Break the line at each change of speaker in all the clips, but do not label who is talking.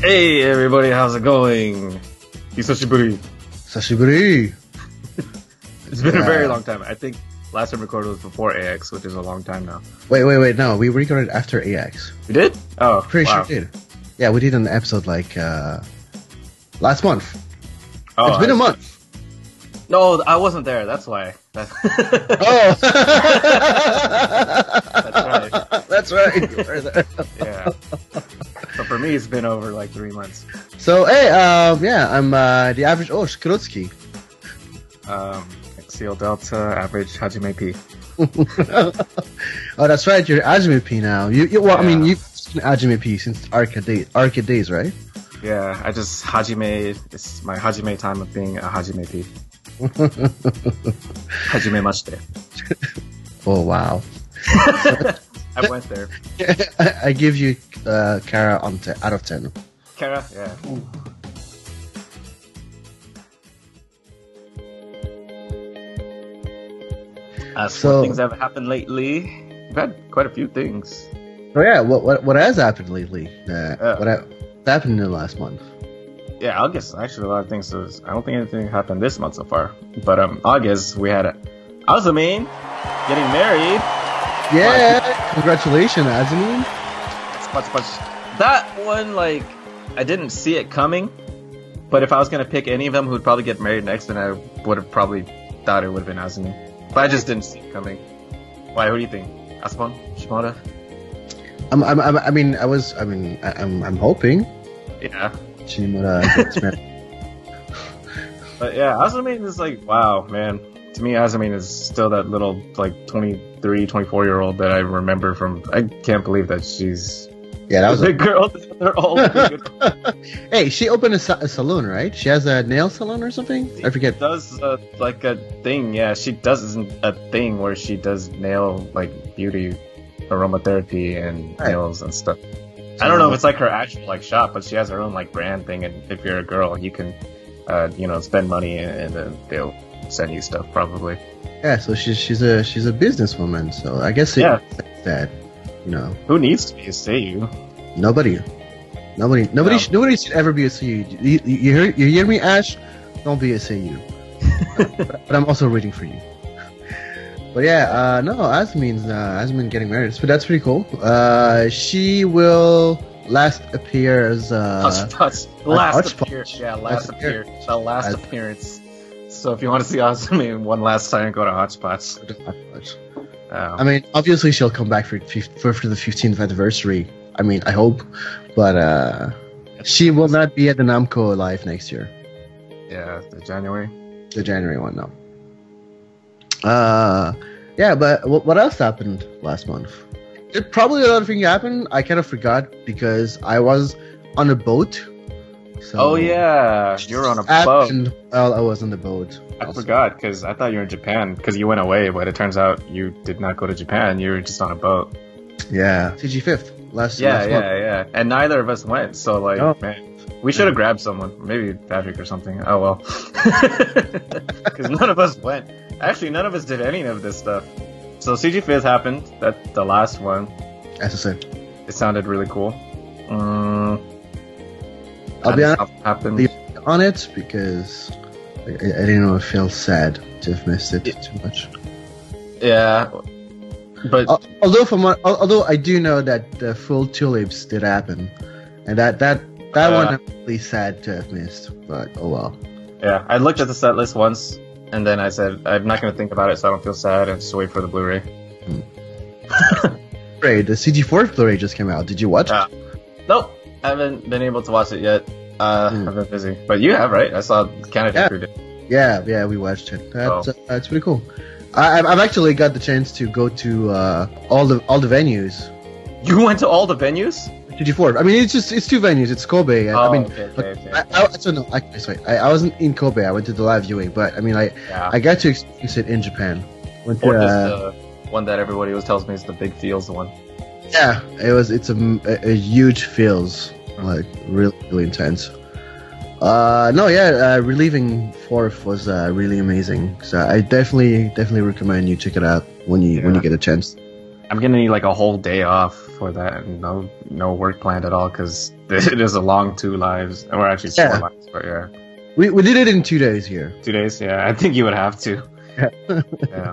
Hey everybody, how's it going? Hisoshiburi.
久しぶり
It's been a very
Yeah.
long time. I think last time recorded was before AX, which is a long time now.
Wait, wait, wait. No, we recorded after AX.
We did? Oh,
Pretty
wow.
sure we did. Yeah, we did an episode like uh last month.
Oh,
it's been
I-
a month.
No, I wasn't there. That's why. That's,
Oh,
that's right.
that's right. you were there.
Yeah. So for me, it's been over like three months.
So hey, um, yeah, I'm uh, the average. Oh, Skrotsky.
Um, Axial Delta, average Hajime P.
Oh, that's right. You're Ajime P now. You, you well, I mean,
Yeah.
you've been Ajime P since Arcade day, Arcade days, right?
Yeah, I just Hajime. It's my Hajime time of being a Hajime P. Hajime Machite.
Oh wow.
I went there.
I, I give you uh, Kara on te- out of ten.
Kara, yeah. As
So-
for things that have happened lately, we've had quite a few things.
Oh yeah, what what what has happened lately? Uh,
Yeah.
What ha- happened in the last month?
Yeah, August actually a lot of things. So I don't think anything happened this month so far. But um, August we had Azumin getting married.
Yeah, congratulations, Azmin.
Sponge, sponge. That one, like, I didn't see it coming. But if I was gonna pick any of them who'd probably get married next, then I would have probably thought it would have been Azumi. But I just didn't see it coming. Why? Who do you think? Asupon? Shimada?
I'm, I'm, I'm, I mean, I was, I mean, I, I'm, I'm hoping
Yeah.
Shinimura gets married.
But yeah, Azumi is like, wow, man. To me, Azumi is still that little, like, 23, 24 year old that I remember from. I can't believe that she's
Yeah, that
a
was. A,
big girl. They're all big
hey, she opened a, sa- a salon, right? She has a nail salon or something. I forget.
does uh, like a thing. Yeah, she does a thing where she does nail like beauty aromatherapy and
Right.
nails and stuff. I don't know if it's like her actual like shop, but she has her own like brand thing. And if you're a girl, you can, uh, you know, spend money and, and then they'll send you stuff probably.
Yeah, so she's she's a she's a businesswoman. So I guess it,
Yeah.
that, you know,
Who needs to be a seiyuu?
nobody, nobody, nobody,
No.
sh- nobody should ever be a CU. You, you, you hear you hear me, Ash? Don't be a CU. but, but I'm also rooting for you. But yeah, uh, no, Asmin's uh, Asmin getting married, so that's pretty cool. Uh, she will last appear as uh,
Hush, hush. last
Hush,
appearance.
hush.
Yeah, last
Last appear-
appearance. The last
As-
appearance. So if you want to see Azumi one last time, go to Hotspots. Um,
I mean, obviously she'll come back for fif- for, for the 15th anniversary. I mean, I hope, but uh, she will not be at the Namco Live next year.
yeah, the January.
The January one, no. Uh, yeah, but what, what else happened last month? It probably a lot of things happened. I kind of forgot because I was on a boat. So
Oh yeah, you're on a boat.
happened While I was on the boat.
I
also.
forgot because I thought you were in Japan because you went away, but it turns out you did not go to Japan. You were just on a boat.
Yeah, CG fifth last
Yeah,
last
yeah,
month.
yeah. And neither of us went, so like,
No.
man, we should have grabbed someone, maybe Patrick or something. Oh well, because none of us went. Actually, none of us did any of this stuff. So CG Fizz happened. That the last one.
As I said,
It sounded really cool. Mm,
I'll be honest.
Happened.
the- on it because I, I didn't know. I feel sad to have missed it too much.
Yeah, but
Al- Uh, Although, from what, al- although I do know that the full tulips did happen, and that that that
Uh.
one I'm really sad to have missed. But oh well.
Yeah, I looked at the set list once, and then I said, I'm not going to think about it, so I don't feel sad, and just wait for the Blu ray.
Blu-ray, the CG4 Blu-ray just came out. Did you watch?
Uh. Nope, I haven't been able to watch it yet. Uh,
Hmm.
I've been busy. But you have, right? I saw Canada
Yeah.
Crew did.
it? Yeah, yeah, we watched it.
Oh.
That's uh, that's pretty cool. I, I've I've actually got the chance to go to uh, all the all the venues.
You went to all the venues?
CG4. I mean, it's just it's two venues. It's Kobe. I, I
Oh,
mean,
okay, okay, okay.
I, I, I don't know. I, sorry, I, I wasn't in Kobe. I went to the live viewing, but I mean, I
yeah.
I got to experience it in Japan. Went to,
or just
uh,
the one that everybody always tells me is the Big Feels one.
yeah, it was. It's a, m- a- a huge feels like really really intense. Uh, no, yeah, uh, relieving fourth was uh, really amazing. So I definitely definitely recommend you check it out when you when
Yeah.
you get a chance.
I'm gonna need like a whole day off for that, and no no work planned at all because it is a long two lives, or actually four
Yeah.
lives, but yeah,
We, we did it in two days here.
two days. Yeah, I think you would have to.
Yeah.
yeah.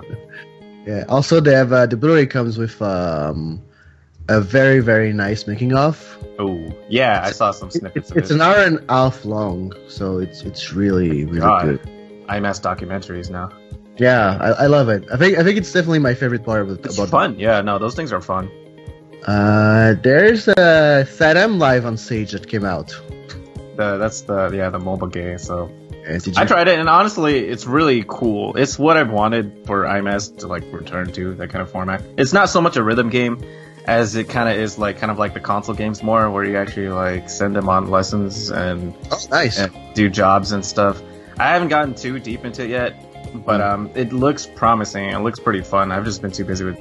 Yeah. Also, they have uh, the Blu-ray comes with um, a very very nice making of.
Oh, yeah, I saw some
It-
snippets
It's,
of it.
it's an hour and a half long, so it's it's really really
God.
good.
IMAX documentaries now.
Yeah, I, I love it. I think I think it's definitely my favorite part of
It's
about
fun. Yeah, no, those things are fun.
Uh, there's a Thadam live on stage that came out.
The, that's the yeah the mobile game. So
Uh, did
I
you-
tried it, and honestly, it's really cool. It's what I've wanted for IMAX to like return to that kind of format. It's not so much a rhythm game as it kind of is like kind of like the console games more, where you actually like send them on lessons and
Oh, nice.
and do jobs and stuff. I haven't gotten too deep into it yet, but um, it looks promising. It looks pretty fun. I've just been too busy with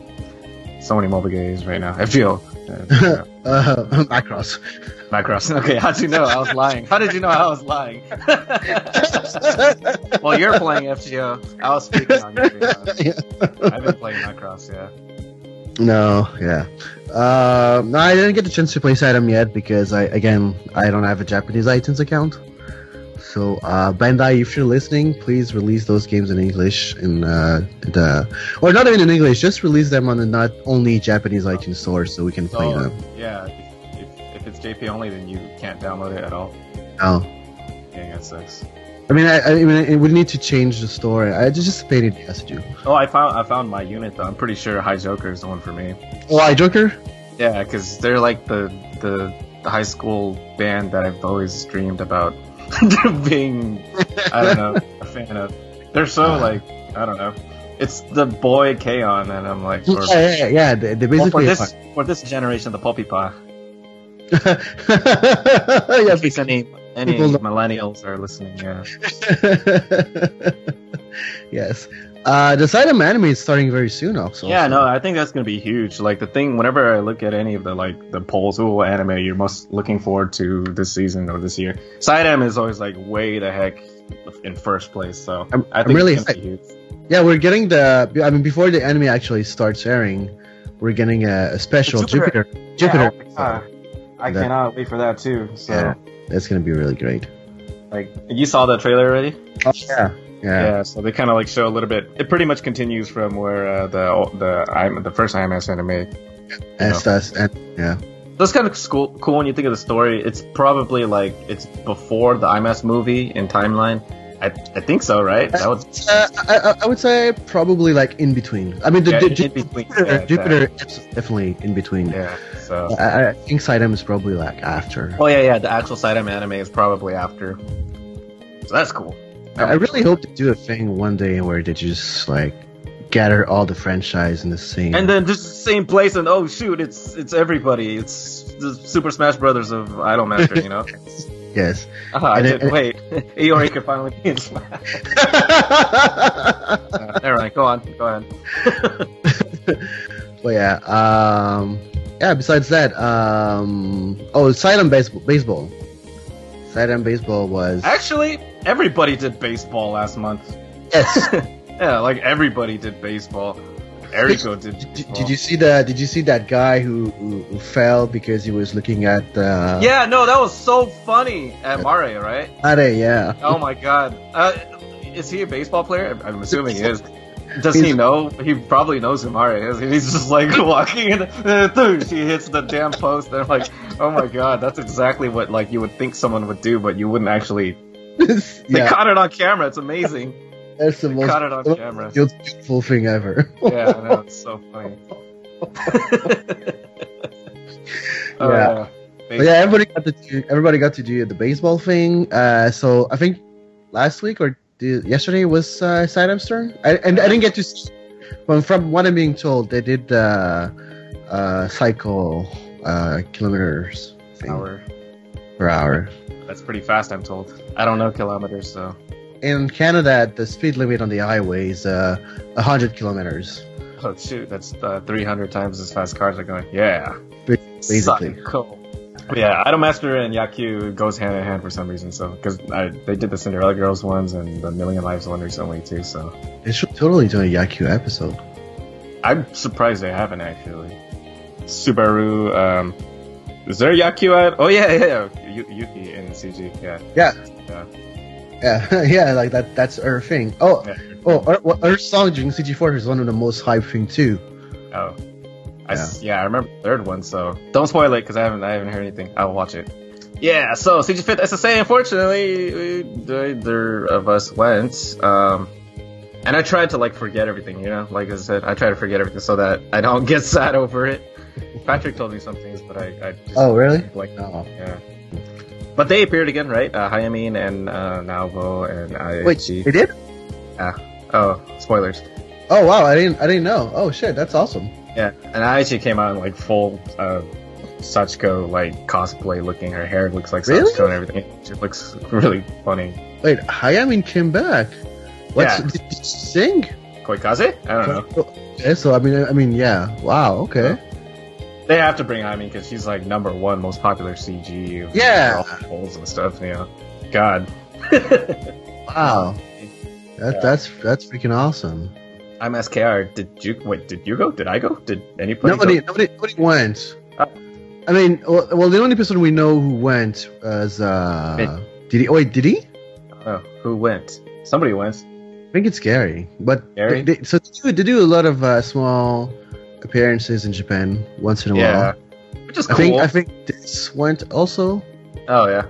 so many mobile games right now. I feel. Uh,
Uh, Macross.
Macross. Okay, how'd you know I was lying? How did you know I was lying? well, you're playing FGO. I was speaking on your behalf.
Yeah.
I've been playing Macross, yeah.
No, yeah. Uh, no, I didn't get the chance to play Saddam yet because I, again, I don't have a Japanese iTunes account. So, uh, Bandai, if you're listening, please release those games in English in uh, the, or not even in English, just release them on the not only Japanese iTunes store so we can play
So,
them.
yeah, if, if, if it's JP only, then you can't download it at all.
No.
Dang, that sucks.
I mean, I, I mean, it would need to change the store. I just just a pain in the ass to do.
Oh, I found I found my unit though. I'm pretty sure High Joker is the one for me.
Why, Joker?
Yeah, because they're like the, the the high school band that I've always dreamed about being. I don't know, a fan of. They're so like I don't know. It's the boy Kaon, and I'm like, or,
Yeah, yeah, yeah, yeah. They, they
well, for
basically.
this for this generation, the Poppy Pa.
yeah,
In case any any
People don't-
millennials are listening, yeah.
yes. Uh, the Sidem anime is starting very soon, also.
yeah,
so-
no, I think that's gonna be huge. Like the thing, whenever I look at any of the like the polls, ooh, what anime you're most looking forward to this season or this year, Sidem is always like way the heck in first place. So
I'm-
I
I'm
think
really
it's gonna be huge.
Yeah, we're getting the. I mean, before the anime actually starts airing, we're getting a, a special
Jupiter.
Jupiter. Jupiter.
I
That-
cannot wait for that too. So,
Yeah. That's gonna be really great.
like, you saw the trailer already?
Oh, yeah.
Yeah.
Yeah.
so they kind of like show a little bit. It pretty much continues from where uh, the the I'm the first IMS anime.
And stuff- and
That's kind of cool. Cool when you think of the story. It's probably like it's before the IMS movie in timeline. I, I think so, right? That was
Uh, I, I- I would say probably like in between. I mean, the,
yeah,
the
in
Ju-
between.
Jupiter,
Yeah,
Jupiter is definitely in between.
that- yeah. So.
I, I think Sidem is probably like after.
Oh yeah, yeah. The actual Saitama anime is probably after. So that's cool.
I I really hope to do a thing one day where they just like gather all the franchise in the same.
And then just the same place, and oh shoot, it's it's everybody. It's the Super Smash Brothers of Idol Master, you know.
yes.
Ah, I
And
did
it-
wait. Iori could finally be in Smash.
but
Uh, never mind. Go on. Go on.
yeah, um, yeah. Besides that, um, oh, Silent baseball. Baseball. Silent baseball was
Actually, everybody did baseball last month.
yes.
Yeah, like everybody did baseball. Eriko did.
Did,
Baseball.
did you see the? Did you see that guy who, who, who fell because he was looking at the?
Yeah, no, that was so funny at Mario, right?
Are, yeah.
Oh my god. Uh, is he a baseball player? I'm- I'm assuming he is. Does he
He's-
know? He probably knows who Mario is. He's just like walking and uh, she hits the damn post. And I'm like, oh my god, that's exactly what like you would think someone would do, but you wouldn't actually. They
yeah.
caught it on camera. It's amazing.
That's the
They
most
caught it on camera.
beautiful thing ever.
Yeah, I know. It's so funny. Uh,
But yeah, everybody got to do, everybody got to do the baseball thing. Uh, so I think last week or the, yesterday was uh, Sidem's turn. I, and I didn't get to. See, but from what I'm being told, they did the uh, cycle uh, kilometers thing
Hour.
per hour.
That's pretty fast, I'm told. I don't know kilometers, so.
In Canada, the speed limit on the highway is uh, 100 kilometers.
Oh shoot, that's uh, 300 times as fast cars are going. Yeah.
Basically.
Suck. Cool. But yeah, Idol Master and Yaku goes hand in hand for some reason. So because they did the Cinderella Girls ones and the Million Lives one recently too. So
They should totally do a Yaku episode.
I'm surprised they haven't actually. Subaru. Um, is there Yaku at? Oh yeah, yeah, yeah. Yu- Yuki in CG. Yeah.
Yeah. Yeah, yeah, like that. That's her thing. Oh,
yeah.
oh, her, well, her song during CG4 is one of the most hyped thing too.
Oh. I s- yeah. I remember the third one, so don't spoil it because I haven't I haven't heard anything. I'll watch it. Yeah, so CG Fit SSA, unfortunately, we, neither of us went. Um, and I tried to like forget everything, you know, like I said, I try to forget everything so that I don't get sad over it. Patrick told me some things, but I, I just
Oh, really?
like
No.
yeah. But they appeared again, right? Uh, Hyamin and uh, Naobo and
Wait,
IHG.
they did?
Oh, spoilers.
Oh wow, I didn't, I didn't know. Oh shit, that's awesome.
Yeah, and I actually came out in like full uh, Sachiko like cosplay looking. Her hair looks like
Really?
Sachiko and everything. She looks really funny.
Wait, Hayamin came back. What's
Yeah.
did she sing? Oh,
Koikaze? I don't know.
Okay, so I mean, I mean, yeah. Wow. Okay.
They have to bring Jaime because she's like number one most popular CG. of
Yeah.
all roles and stuff. You know, God.
Wow. That
Yeah.
that's that's freaking awesome.
I'm SKR. Did you wait? Did you go? Did I go? Did anybody?
Nobody,
Go?
nobody, nobody went.
Oh.
I mean, well, well, the only person we know who went is uh, did he? Oh, wait, did he?
Oh, who went? Somebody went.
I think it's Gary. But
Gary?
They, they- so they do, they do a lot of uh, small appearances in Japan once in a
Yeah,
while.
which is
I
cool.
think I think this went also.
oh yeah.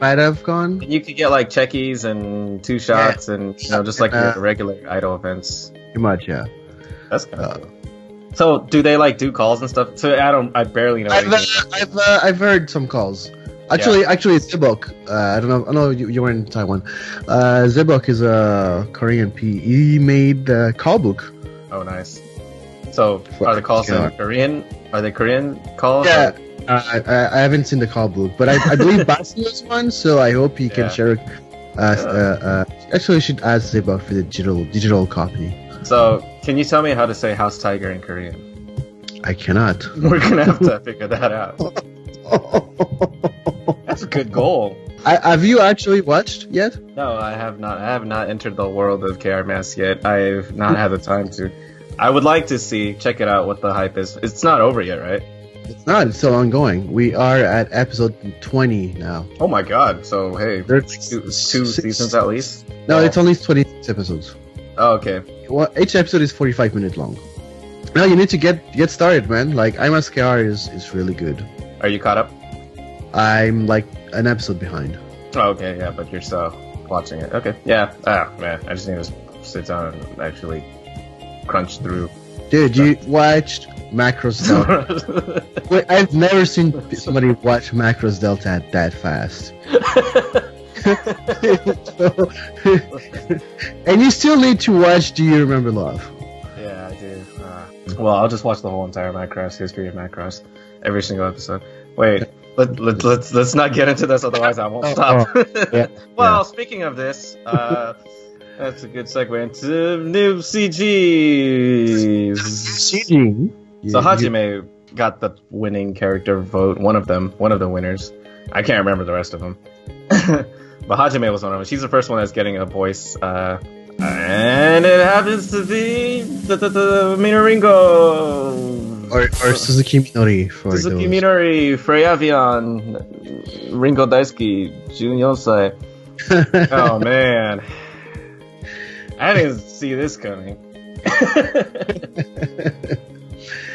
Might have gone.
And you could get like checkies and two shots and you know just like
Uh,
your regular idol events.
Pretty much, yeah.
That's kind of
Uh,
cool. So do they like do calls and stuff? So I don't, I barely know.
I've, uh,
anything.
I've, uh, I've heard some calls. Actually, actually, Zibok. Uh, I don't know. I know you, you were in Taiwan. Uh, Zibok is a Korean P. He made the call book.
oh, nice. So
Fuck,
are the calls
yeah.
in Korean? Are they Korean calls?
Yeah. Uh, I, I, I haven't seen the call book, but I, I believe Basil is one. So I hope he
Yeah.
can share. Uh, uh, uh, actually, you should ask Zibok for the digital digital copy.
So can you tell me how to say house tiger in Korean?
I cannot.
We're gonna have to figure that out. That's a good goal.
I, have you actually watched yet?
No, I have not. I have not entered the world of KR Mass yet. I've not had the time to. I would like to see, check it out, what the hype is. It's not over yet, right?
It's not. It's still ongoing. We are at episode twenty now.
Oh my god! So hey,
There's
two, two seasons at least.
No, it's only 26 episodes.
Oh, okay.
Well, each episode is 45 minutes long. Now you need to get get started, man. Like I'm SKR is is really good.
Are you caught up?
I'm like an episode behind.
Oh, okay, yeah, but you're still watching it. Okay, yeah. Ah, man, I just need to sit down and actually crunch through.
Dude, you watched Macros Delta. Wait, I've never seen p- somebody watch Macros Delta that fast. and you still need to watch Do You Remember Love?
yeah, I do. Uh, well, I'll just watch the whole entire Macross history of Macross, every single episode. Wait. Let, let, let's let's not get into this, otherwise I won't
Oh,
stop.
yeah,
well, speaking of this, uh, that's a good segue into new CGs.
CG.
So Hajime got the winning character vote. One of them, one of the winners. I can't remember the rest of them, but Hajime was one of them. She's the first one that's getting a voice, uh, and it happens to be the, the, the Minoringo
Or, or Suzuki Minori for
Suzuki
those.
Minori, Freyavion, Ringo Daisuke, Jun Yosei. Oh man, I didn't see this coming.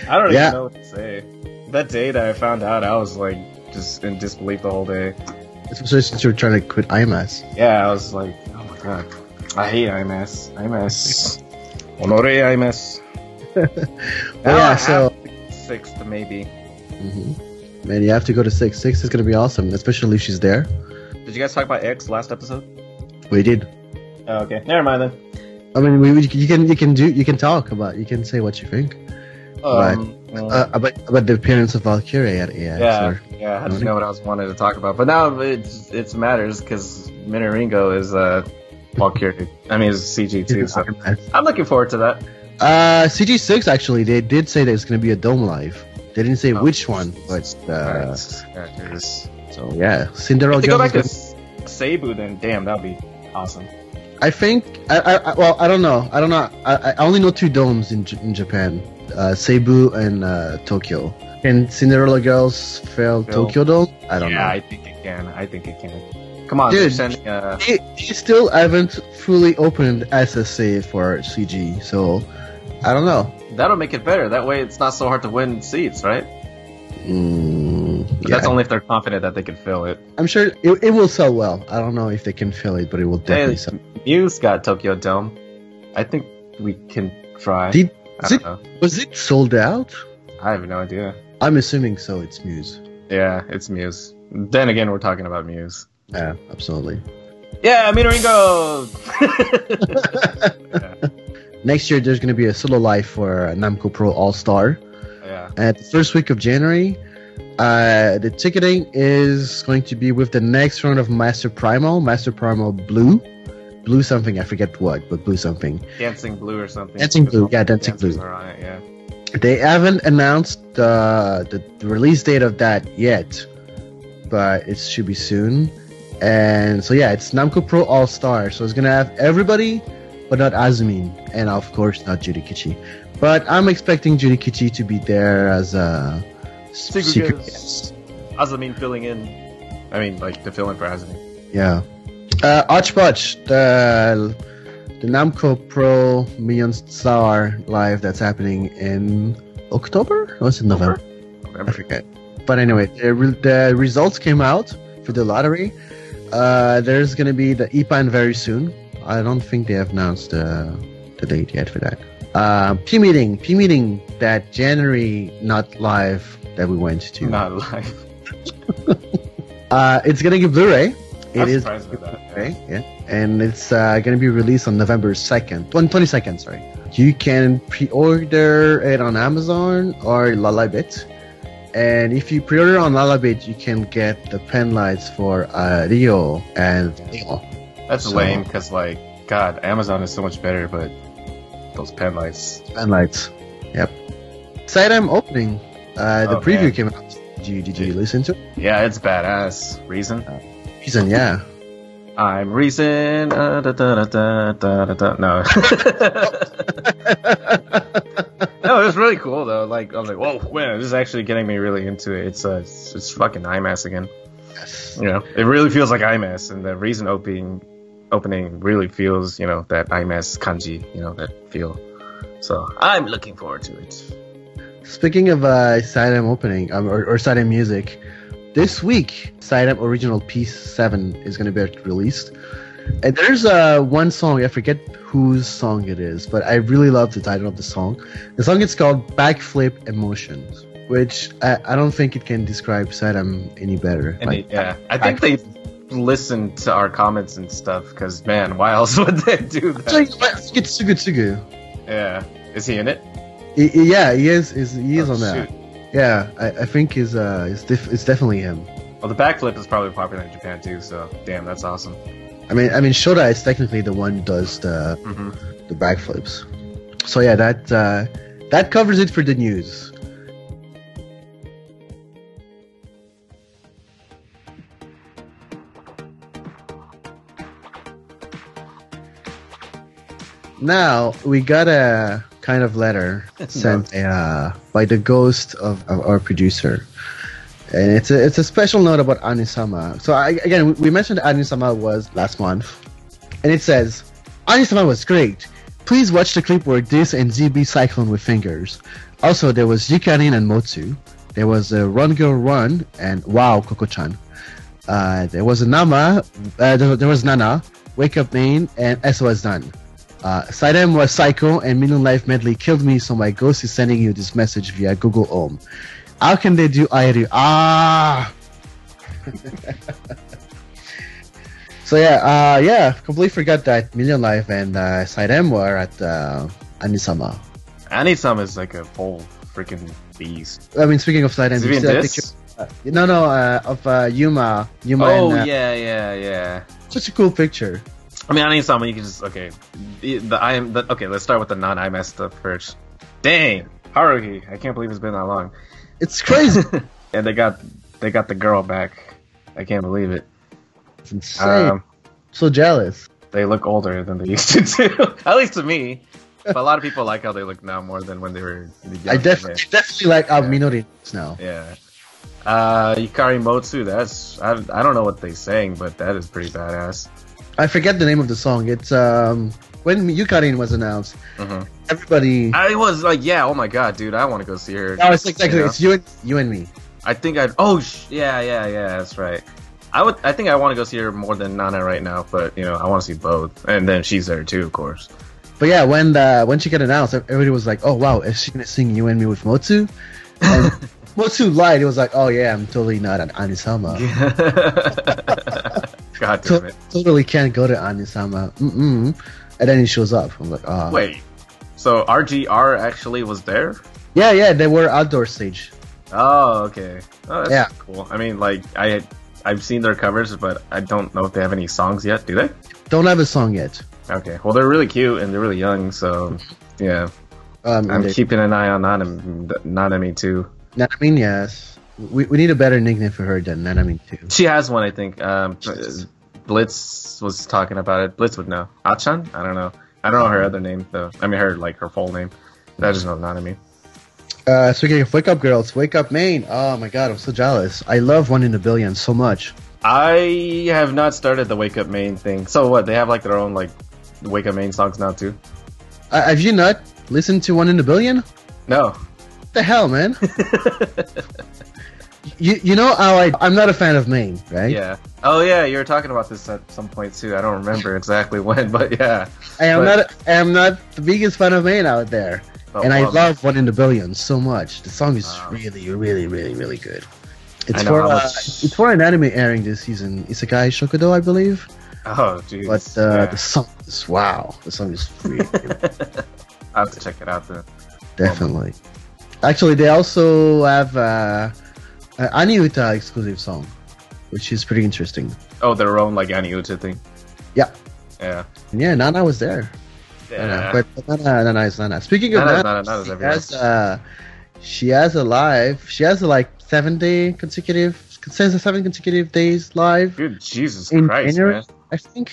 I don't
Yeah.
even know what to say. That day that I found out, I was like just in disbelief the whole day.
Especially since you're trying to quit IMAS.
Yeah, I was like, oh my god, I hate IMS. IMS. Honore IMS.
Well, yeah, so
sixth maybe.
Mhm. man, you have to go to six. Six is gonna be awesome, especially if she's there.
Did you guys talk about X last episode?
We did.
Oh, okay, never mind then.
I mean, we, we, you can you can do you can talk about you can say what you think
Um, uh,
uh, about about the appearance of Valkyrie at AX.
Yeah.
or-
yeah, I
Mm-hmm.
didn't know what I was wanted to talk about, but now it's it matters because Minoringo is uh, Valkyrie. I mean, it's CG too. So I'm looking forward to that.
Uh, CG six actually they did say that it's gonna be a dome live. They didn't say
Oh.
which one, but uh,
Alright. Yeah, it is.
so yeah, Cinderella.
If they go
Girls
back to
is
S- Seibu, then damn, that'd be awesome.
gonna- I think I, I I- well I don't know I don't know I, I- I only know two domes in J- in Japan. uh, Cebu and uh, Tokyo. Can Cinderella Girls fail
Fail.
Tokyo Dome? I don't
yeah,
know.
I think it can. I think it can. Come on,
Dude.
they're sending uh,
They, they still haven't fully opened SSA for CG, so I don't know.
that'll make it better. That way, it's not so hard to win seats, right?
Mm,
But
yeah.
That's only if they're confident that they can fill it.
I'm sure it, it will sell well. I don't know if they can fill it, but it will definitely
Hey,
sell.
Muse got Tokyo Dome. I think we can try.
Did-
I
is
don't
it-
know.
Was it sold out?
I have no idea.
I'm assuming so. It's Muse.
Yeah, it's Muse. Then again, we're talking about Muse.
Yeah, absolutely.
Yeah, Minoringo!
Next year, there's going to be a solo live for uh, Namco Pro All Star.
yeah.
At the first week of January, uh, the ticketing is going to be with the next round of Master Primal, Master Primal Blue, Blue something, I forget what, but Blue something.
Dancing Blue or something.
Dancing Blue, yeah, Dancing
Dancers
Blue.
are on it, yeah.
They haven't announced uh, the, the release date of that yet, but it should be soon. And so, yeah, it's Namco Pro All Star. So it's going to have everybody, but not Azumin. And of course, not Jurikichi. But I'm expecting Jurikichi to be there as a s-
Secret
secret
guest.
guest.
Azamin filling in. I mean, like, to fill in for Azamin.
Yeah. Uh, Archbotch, the, the Namco Pro Million Star live that's happening in October? Or was it November? I
Remember?
forget. But anyway, the, re- the results came out for the lottery. Uh, there's gonna be the E EPAN very soon. I don't think they have announced the, the date yet for that. Uh, P meeting, P meeting that January not live that we went to.
Not alive.
Uh, it's gonna be Blu-ray. It
I'm
is
surprised by that.
Blu-ray, yeah, and it's uh, gonna be released on November second, twenty second. Sorry, you can pre-order it on Amazon or Lalabit, and if you pre-order on Lalabit, you can get the pen lights for uh, Rio and Neil.
That's
So-
lame, because, like, God, Amazon is so much better, but those pen lights.
pen lights. Yep. Sitem opening. Uh, the
Oh,
preview
man.
came out. Did you, did you
Dude.
listen to it?
Yeah, it's badass. Reason?
Reason, yeah.
I'm Reason. Uh, da, da, da, da, da, da. No. no, it was really cool, though. Like, I was like, whoa, wow, this is actually getting me really into it. It's, uh, it's, it's fucking IMAS again.
yes.
you know, it really feels like IMAS, and the reason opening opening really feels, you know, that IMAS kanji, you know, that feel. So I'm looking forward to it.
Speaking of uh, Sitem opening um, or, or Sitem music, this week Sitem original piece seven is going to be released, and there's uh, one song I forget whose song it is, but I really love the title of the song. The song is called "Backflip Emotions," which I, I don't think it can describe Sitem any better.
And
Like,
they- yeah, I think they listened to our comments and stuff because man, why else would they do
it's like
that?
it's Sugu Sugu.
Yeah, is he in it?
I- I- yeah, he is. Is he is
Oh,
on that?
shoot.
Yeah, I, I think is uh, it's, def- it's definitely him.
Well, the backflip is probably popular in Japan too. So damn, that's awesome.
I mean, I mean, Shoda is technically the one who does the
hmm
the backflips. So yeah, that uh, that covers it for the news. Now we got a kind of letter sent uh, by the ghost of, of our producer, and it's a it's a special note about Anisama. So I, again, we- we mentioned Anisama was last month, and it says Anisama was great. Please watch the clip where this and ZB cyclone with fingers. Also, there was Yukarin and Motsu. There was a Run Girl Run and Wow Kokochan. Uh, there was a Nama. Uh, there, there was Nana, Wake Up Main, and SOS Done. Uh, Sidem was psycho, and Million Life Medley killed me, so my ghost is sending you this message via Google Home. How can they do Airu? Ah! So yeah, uh, yeah, completely forgot that Million Life and uh, Side M were at uh, Anisama.
Anisama is like a whole freaking beast.
I mean, speaking of Side M,
Is
you
he in
see that
this?
picture? Uh, no, no, uh, of uh, Yuma. Yuma
Oh
and, uh,
yeah, yeah, yeah.
Such a cool picture.
I mean, I need someone you can just okay. The, the I am the, okay. Let's start with the non I messed up first. Dang, Haruhi! I can't believe it's been that long.
It's crazy.
And they got they got the girl back. I can't believe it.
it's insane.
Um,
so jealous.
they look older than they used to do. At least to me. But a lot of people like how they look now more than when they were. Young,
I definitely definitely like our minorities now.
Yeah. Uh, Yukari Motsu. That's I, I don't know what they sang, but that is pretty badass.
I forget the name of the song. It's um when Yukarin was announced,
Mhm.
everybody.
I was like, yeah, oh my god, dude, I want to go see her.
No, it's exactly
Yeah.
it's you and you and me.
I think I'd. Oh, sh- yeah, yeah, yeah. That's right. I would. I think I want to go see her more than Nana right now, but you know, I want to see both, and then she's there too, of course.
But yeah, when the, when she got announced, everybody was like, "Oh wow, is she gonna sing you and me with Motsu?" And Motsu lied. It was like, "Oh yeah, I'm totally not an Anisama.
god damn
To-
it!
totally can't go to Anisama." Mm-mm. And then he shows up. I'm like, "Ah,
Wait. So RGR actually was there?
yeah, yeah." They were outdoor stage.
Oh, okay. Oh, that's
Yeah.
cool. I mean, like I, I've seen their covers, but I don't know if they have any songs yet. Do they?
Don't have a song yet.
Okay. Well, they're really cute and they're really young, so yeah.
Um,
I'm
and they-
keeping an eye on Nanami, Nanami too.
Nanami, yes. We, we need a better nickname for her than Nanami too.
She has one, I think. Um, Blitz was talking about it. Blitz would know. Achan? I don't know. I don't know her other name though. I mean, her like her full name. I just know Nanami.
Uh, speaking of Wake Up Girls, Wake Up Maine. Oh my god, I'm so jealous. I love One in a Billion so much.
I have not started the Wake Up Main thing. So what? They have like their own like Wake Up Main songs now too.
Uh, have you not listened to One in a Billion? What
No.
the hell, man? you you know how I I'm not a fan of Maine, right?
yeah. Oh yeah, you were talking about this at some point too. I don't remember exactly when, but yeah.
I am
But-
not I am not the biggest fan of Maine out there,
But,
and I
um,
love One in a Billion so much. The song is
Wow.
really, really, really, really good. It's
know
for
how
uh,
much-
it's for an anime airing this season. It's a guy Shokudo, I believe.
Oh jeez.
But uh,
Yeah.
the song is wow. The song is really,
I have to check it out then.
definitely. Actually, they also have uh, an Aniuta exclusive song, which is pretty interesting.
Oh, their own like Aniuta thing.
Yeah.
Yeah.
And yeah, Nana was there. Nana,
Yeah.
but but Nana, Nana is Nana. Speaking of
Nana's
Nana,
not- Nana's
she
everywhere.
has uh, she has a live. She has like seven day consecutive, says seven consecutive days live.
Dude, Jesus
In
Christ,
January?
man.
I think.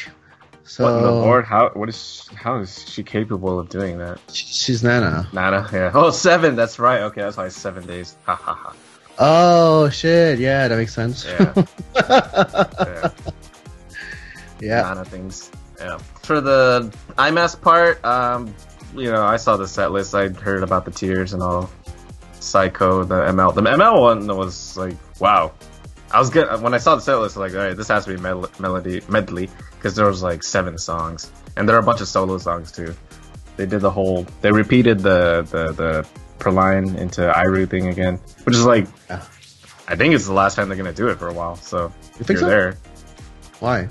So
What in the Lord? How? What is? How is she capable of doing that?
she- she's Nana.
Nana. Yeah. Oh, seven. That's right. Okay, that's why it's seven days. Ha ha ha.
Oh shit! Yeah, that makes sense.
Yeah.
Yeah.
yeah. Nana things. Yeah. For the IMAS part, um, you know, I saw the set list. I heard about the tears and all. Psycho, the ML, the ML one was like, wow. I was good when I saw the set list. I was Like, all right, this has to be mel- melody medley because there was like seven songs, and there are a bunch of solo songs too. They did the whole. They repeated the the the Perline into Iru thing again, which is like,
Yeah.
I think it's the last time they're gonna do it for a while. So
You
you're
think so?
there.
Why?
I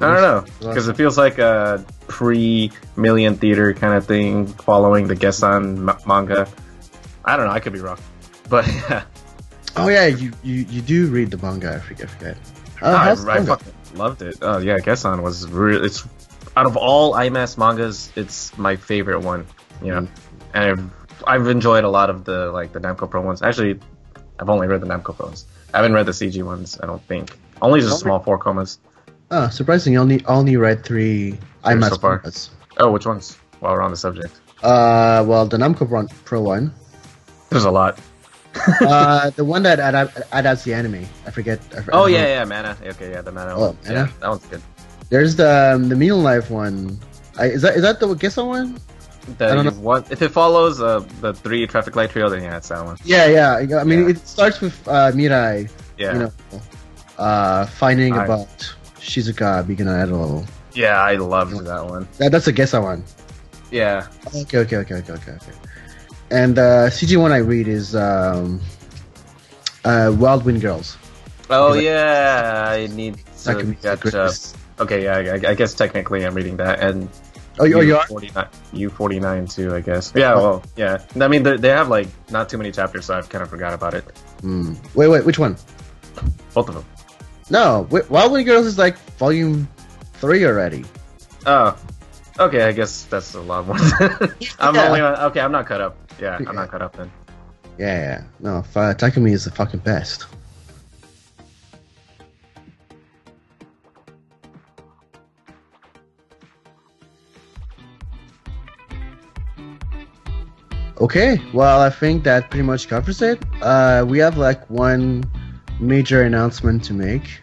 don't know
Last-
because it feels like a pre-million theater kind of thing, following the Gesan m- manga. I don't know. I could be wrong, but yeah,
Oh yeah, you, you, you do read the manga. I forget. I forget. Uh,
I,
how's the
I
manga?
fucking loved it. Oh yeah, Gesan was real. It's out of all IMAS mangas, it's my favorite one. You know,
Mm-hmm.
and I've, I've enjoyed a lot of the like the Namco Pro ones. Actually, I've only read the Namco Pro ones. I haven't read the CG ones. I don't think. Only just
Only-
small four commas.
Oh, surprising. You only only read three IMAX
so far.
mangas.
Oh, which ones? While we're on the subject,
Uh, well, the Namco Pro- Pro one.
there's a lot.
uh, the one that ad- adapts the anime. I forget. I forget Uh-huh.
Oh yeah, yeah, mana. Okay, yeah, the mana.
Oh,
one.
mana?
Yeah, that one's good.
There's the um, the Mean Life one. I, is that is that the Gesso one?
The,
I don't
you want- if it follows uh, the three traffic light trio, then yeah, it's that one.
Yeah, yeah. I mean,
Yeah.
it starts with uh, Mirai,
Yeah,
you know, uh, finding
Nice.
about Shizuka being an idol level.
yeah, I loved that one.
That, that's a Gesso one. Oh,
Yeah,
Okay, okay, okay, okay, okay, okay. And uh, CG one I read is um, uh, Wild Wind Girls.
oh
Like-
yeah, I need
That can
to
be the
catch up.
greatest.
Okay, yeah, I, I guess technically I'm reading that, and
Oh, you, oh, you are? Oh.
U forty nine too, I guess. Yeah, well, yeah. I mean, they they have like not too many chapters, so I've kind of forgot about it.
Hmm. Wait, wait, which one?
Both of them.
No, wait, Wild Wind Girls is like volume three already.
Oh, okay. I guess that's a lot more. I'm
Yeah.
only on, okay. I'm not caught up. Yeah, I'm
Yeah.
not caught up then.
Yeah, yeah. No, f- uh, Takumi is the fucking best. Okay, well, I think that pretty much covers it. Uh, we have like one major announcement to make.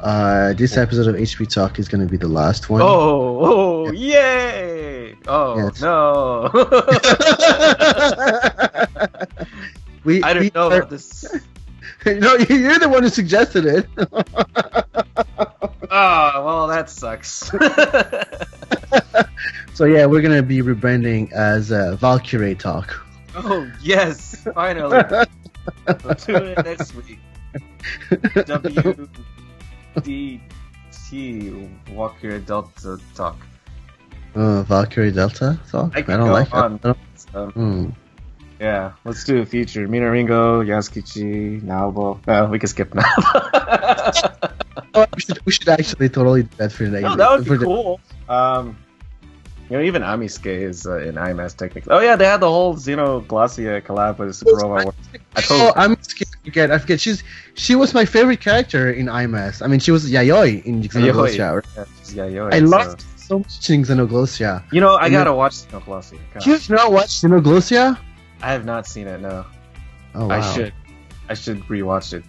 Uh, this episode of HP Talk is going to be the last one.
Oh, oh, yay! Oh,
Yes.
no.
we,
I
we
don't know
are-
about this.
no, you're the one who suggested it.
Oh, well, that sucks.
so yeah, we're gonna be rebranding as uh, Valkyrie Talk.
oh, yes, finally. We'll do it next week. WDT, Walker Adult uh, Talk.
Uh, Valkyrie Delta Talk.
I
I,
could
don't
go
like
on.
that.
Um,
Hmm.
yeah, let's do a feature. Minaringo, Yasukichi, Naobo. Uh, we can skip Naobo.
Oh, we, should, we should actually totally do that for the
No, that would
for
be
the-
cool. Um, you know, even Amisuke is uh, in IMAS technically. Oh yeah, they had the whole Xenoglossia collab with Superova. I
Oh,
told
I'm scared. I forget. I forget. She's she was my favorite character in IMAS. I mean, she was Yayoi in Xenoglossia. right?
yeah, she's Yayoi,
I
so-
loved so much in Xenoglossia.
You know, I
And
gotta watch Xenoglossia. God,
You've not watched Xenoglossia?
I have not seen it. No,
Oh, wow.
I should. I should rewatch it.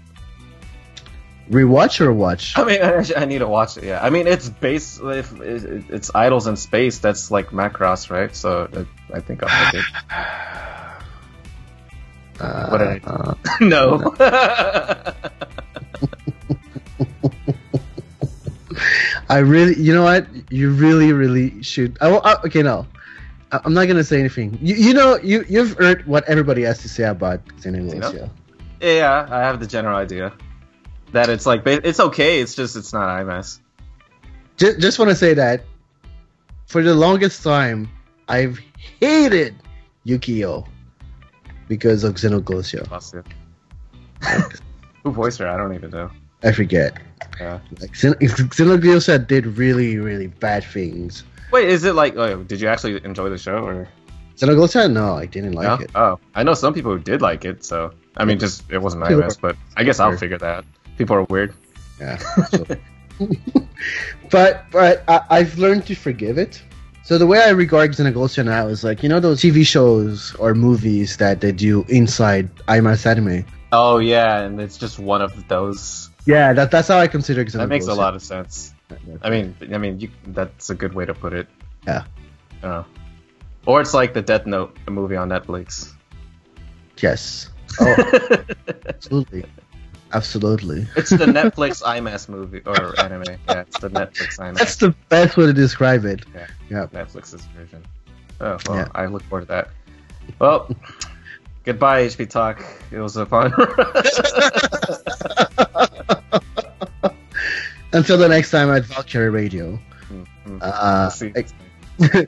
rewatch or watch.
I mean, I, should- I need to watch it. Yeah, I mean, it's base. If it, it's idols in space, that's like Macross, right? So it, I think I'll like it.
Uh,
What did
uh,
no.
I really, you know what? You really, really should. I, will- I, okay, no, I, I'm not gonna say anything. You, you know, you you've heard what everybody has to say about Xenoglossia.
Yeah, I have the general idea that it's like ba- it's okay. It's just it's not IMAS.
Just, just want to say that for the longest time, I've hated Yukio because of Xenoglossia.
Bless you. Who voiced her? I don't even know.
I forget.
Yeah.
Like Xen- Xenoglossia did really, really bad things.
Wait, is it like? Oh, did you actually enjoy the show or?
Xenoglossia, no, I didn't like
no?
it.
Oh, I know some people who did like it. So I mean, just it wasn't IMAS, but I guess I'll figure that. out. People are weird.
Yeah. so- but but I, I've learned to forgive it. So the way I regard Xenoglossia now is like you know those TV shows or movies that they do inside IMAX anime.
Oh yeah, and it's just one of those.
Yeah, that, that's how I consider Xenoglossia.
That makes a lot of sense. I mean, I mean, you, that's a good way to put it.
Yeah.
Uh, or it's like the Death Note movie on Netflix.
Yes. Oh, absolutely, absolutely.
It's the Netflix IMAS movie or anime. Yeah, it's the Netflix IMAS.
That's the best way to describe it.
Yeah.
Yeah.
Netflix's version. Oh well,
Yeah.
I look forward to that. Well, goodbye, HP Talk. It was a fun.
Until the next time at Valkyrie Radio. Uh,
See.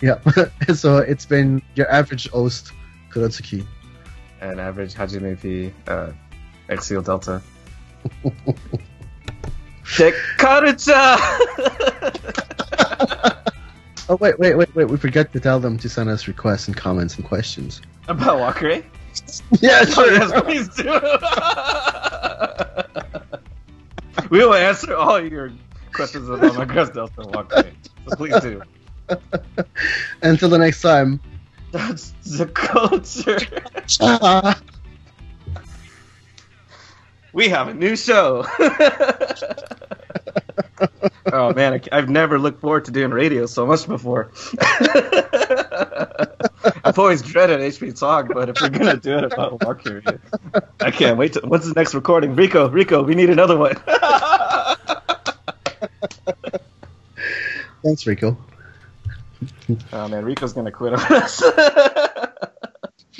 yeah. so it's been your average host Kurotsuki.
An average Hajime P. Uh, Exil Delta. Dekarucha!
Oh wait, wait, wait, wait! We forgot to tell them to send us requests and comments and questions.
About Walker? eh?
Yeah,
Oh, yes, please do. we will answer all your questions about my Cross Delta Walker. So please do.
Until the next time.
That's the culture. We have a new show. oh man, I, have never looked forward to doing radio so much before. I've always dreaded HP Talk, but if we're gonna do it about Walker, I can't wait. To, what's the next recording? Rico, Rico, we need another one. Oh,
Thanks, Rico.
oh man, Rico's gonna quit on us.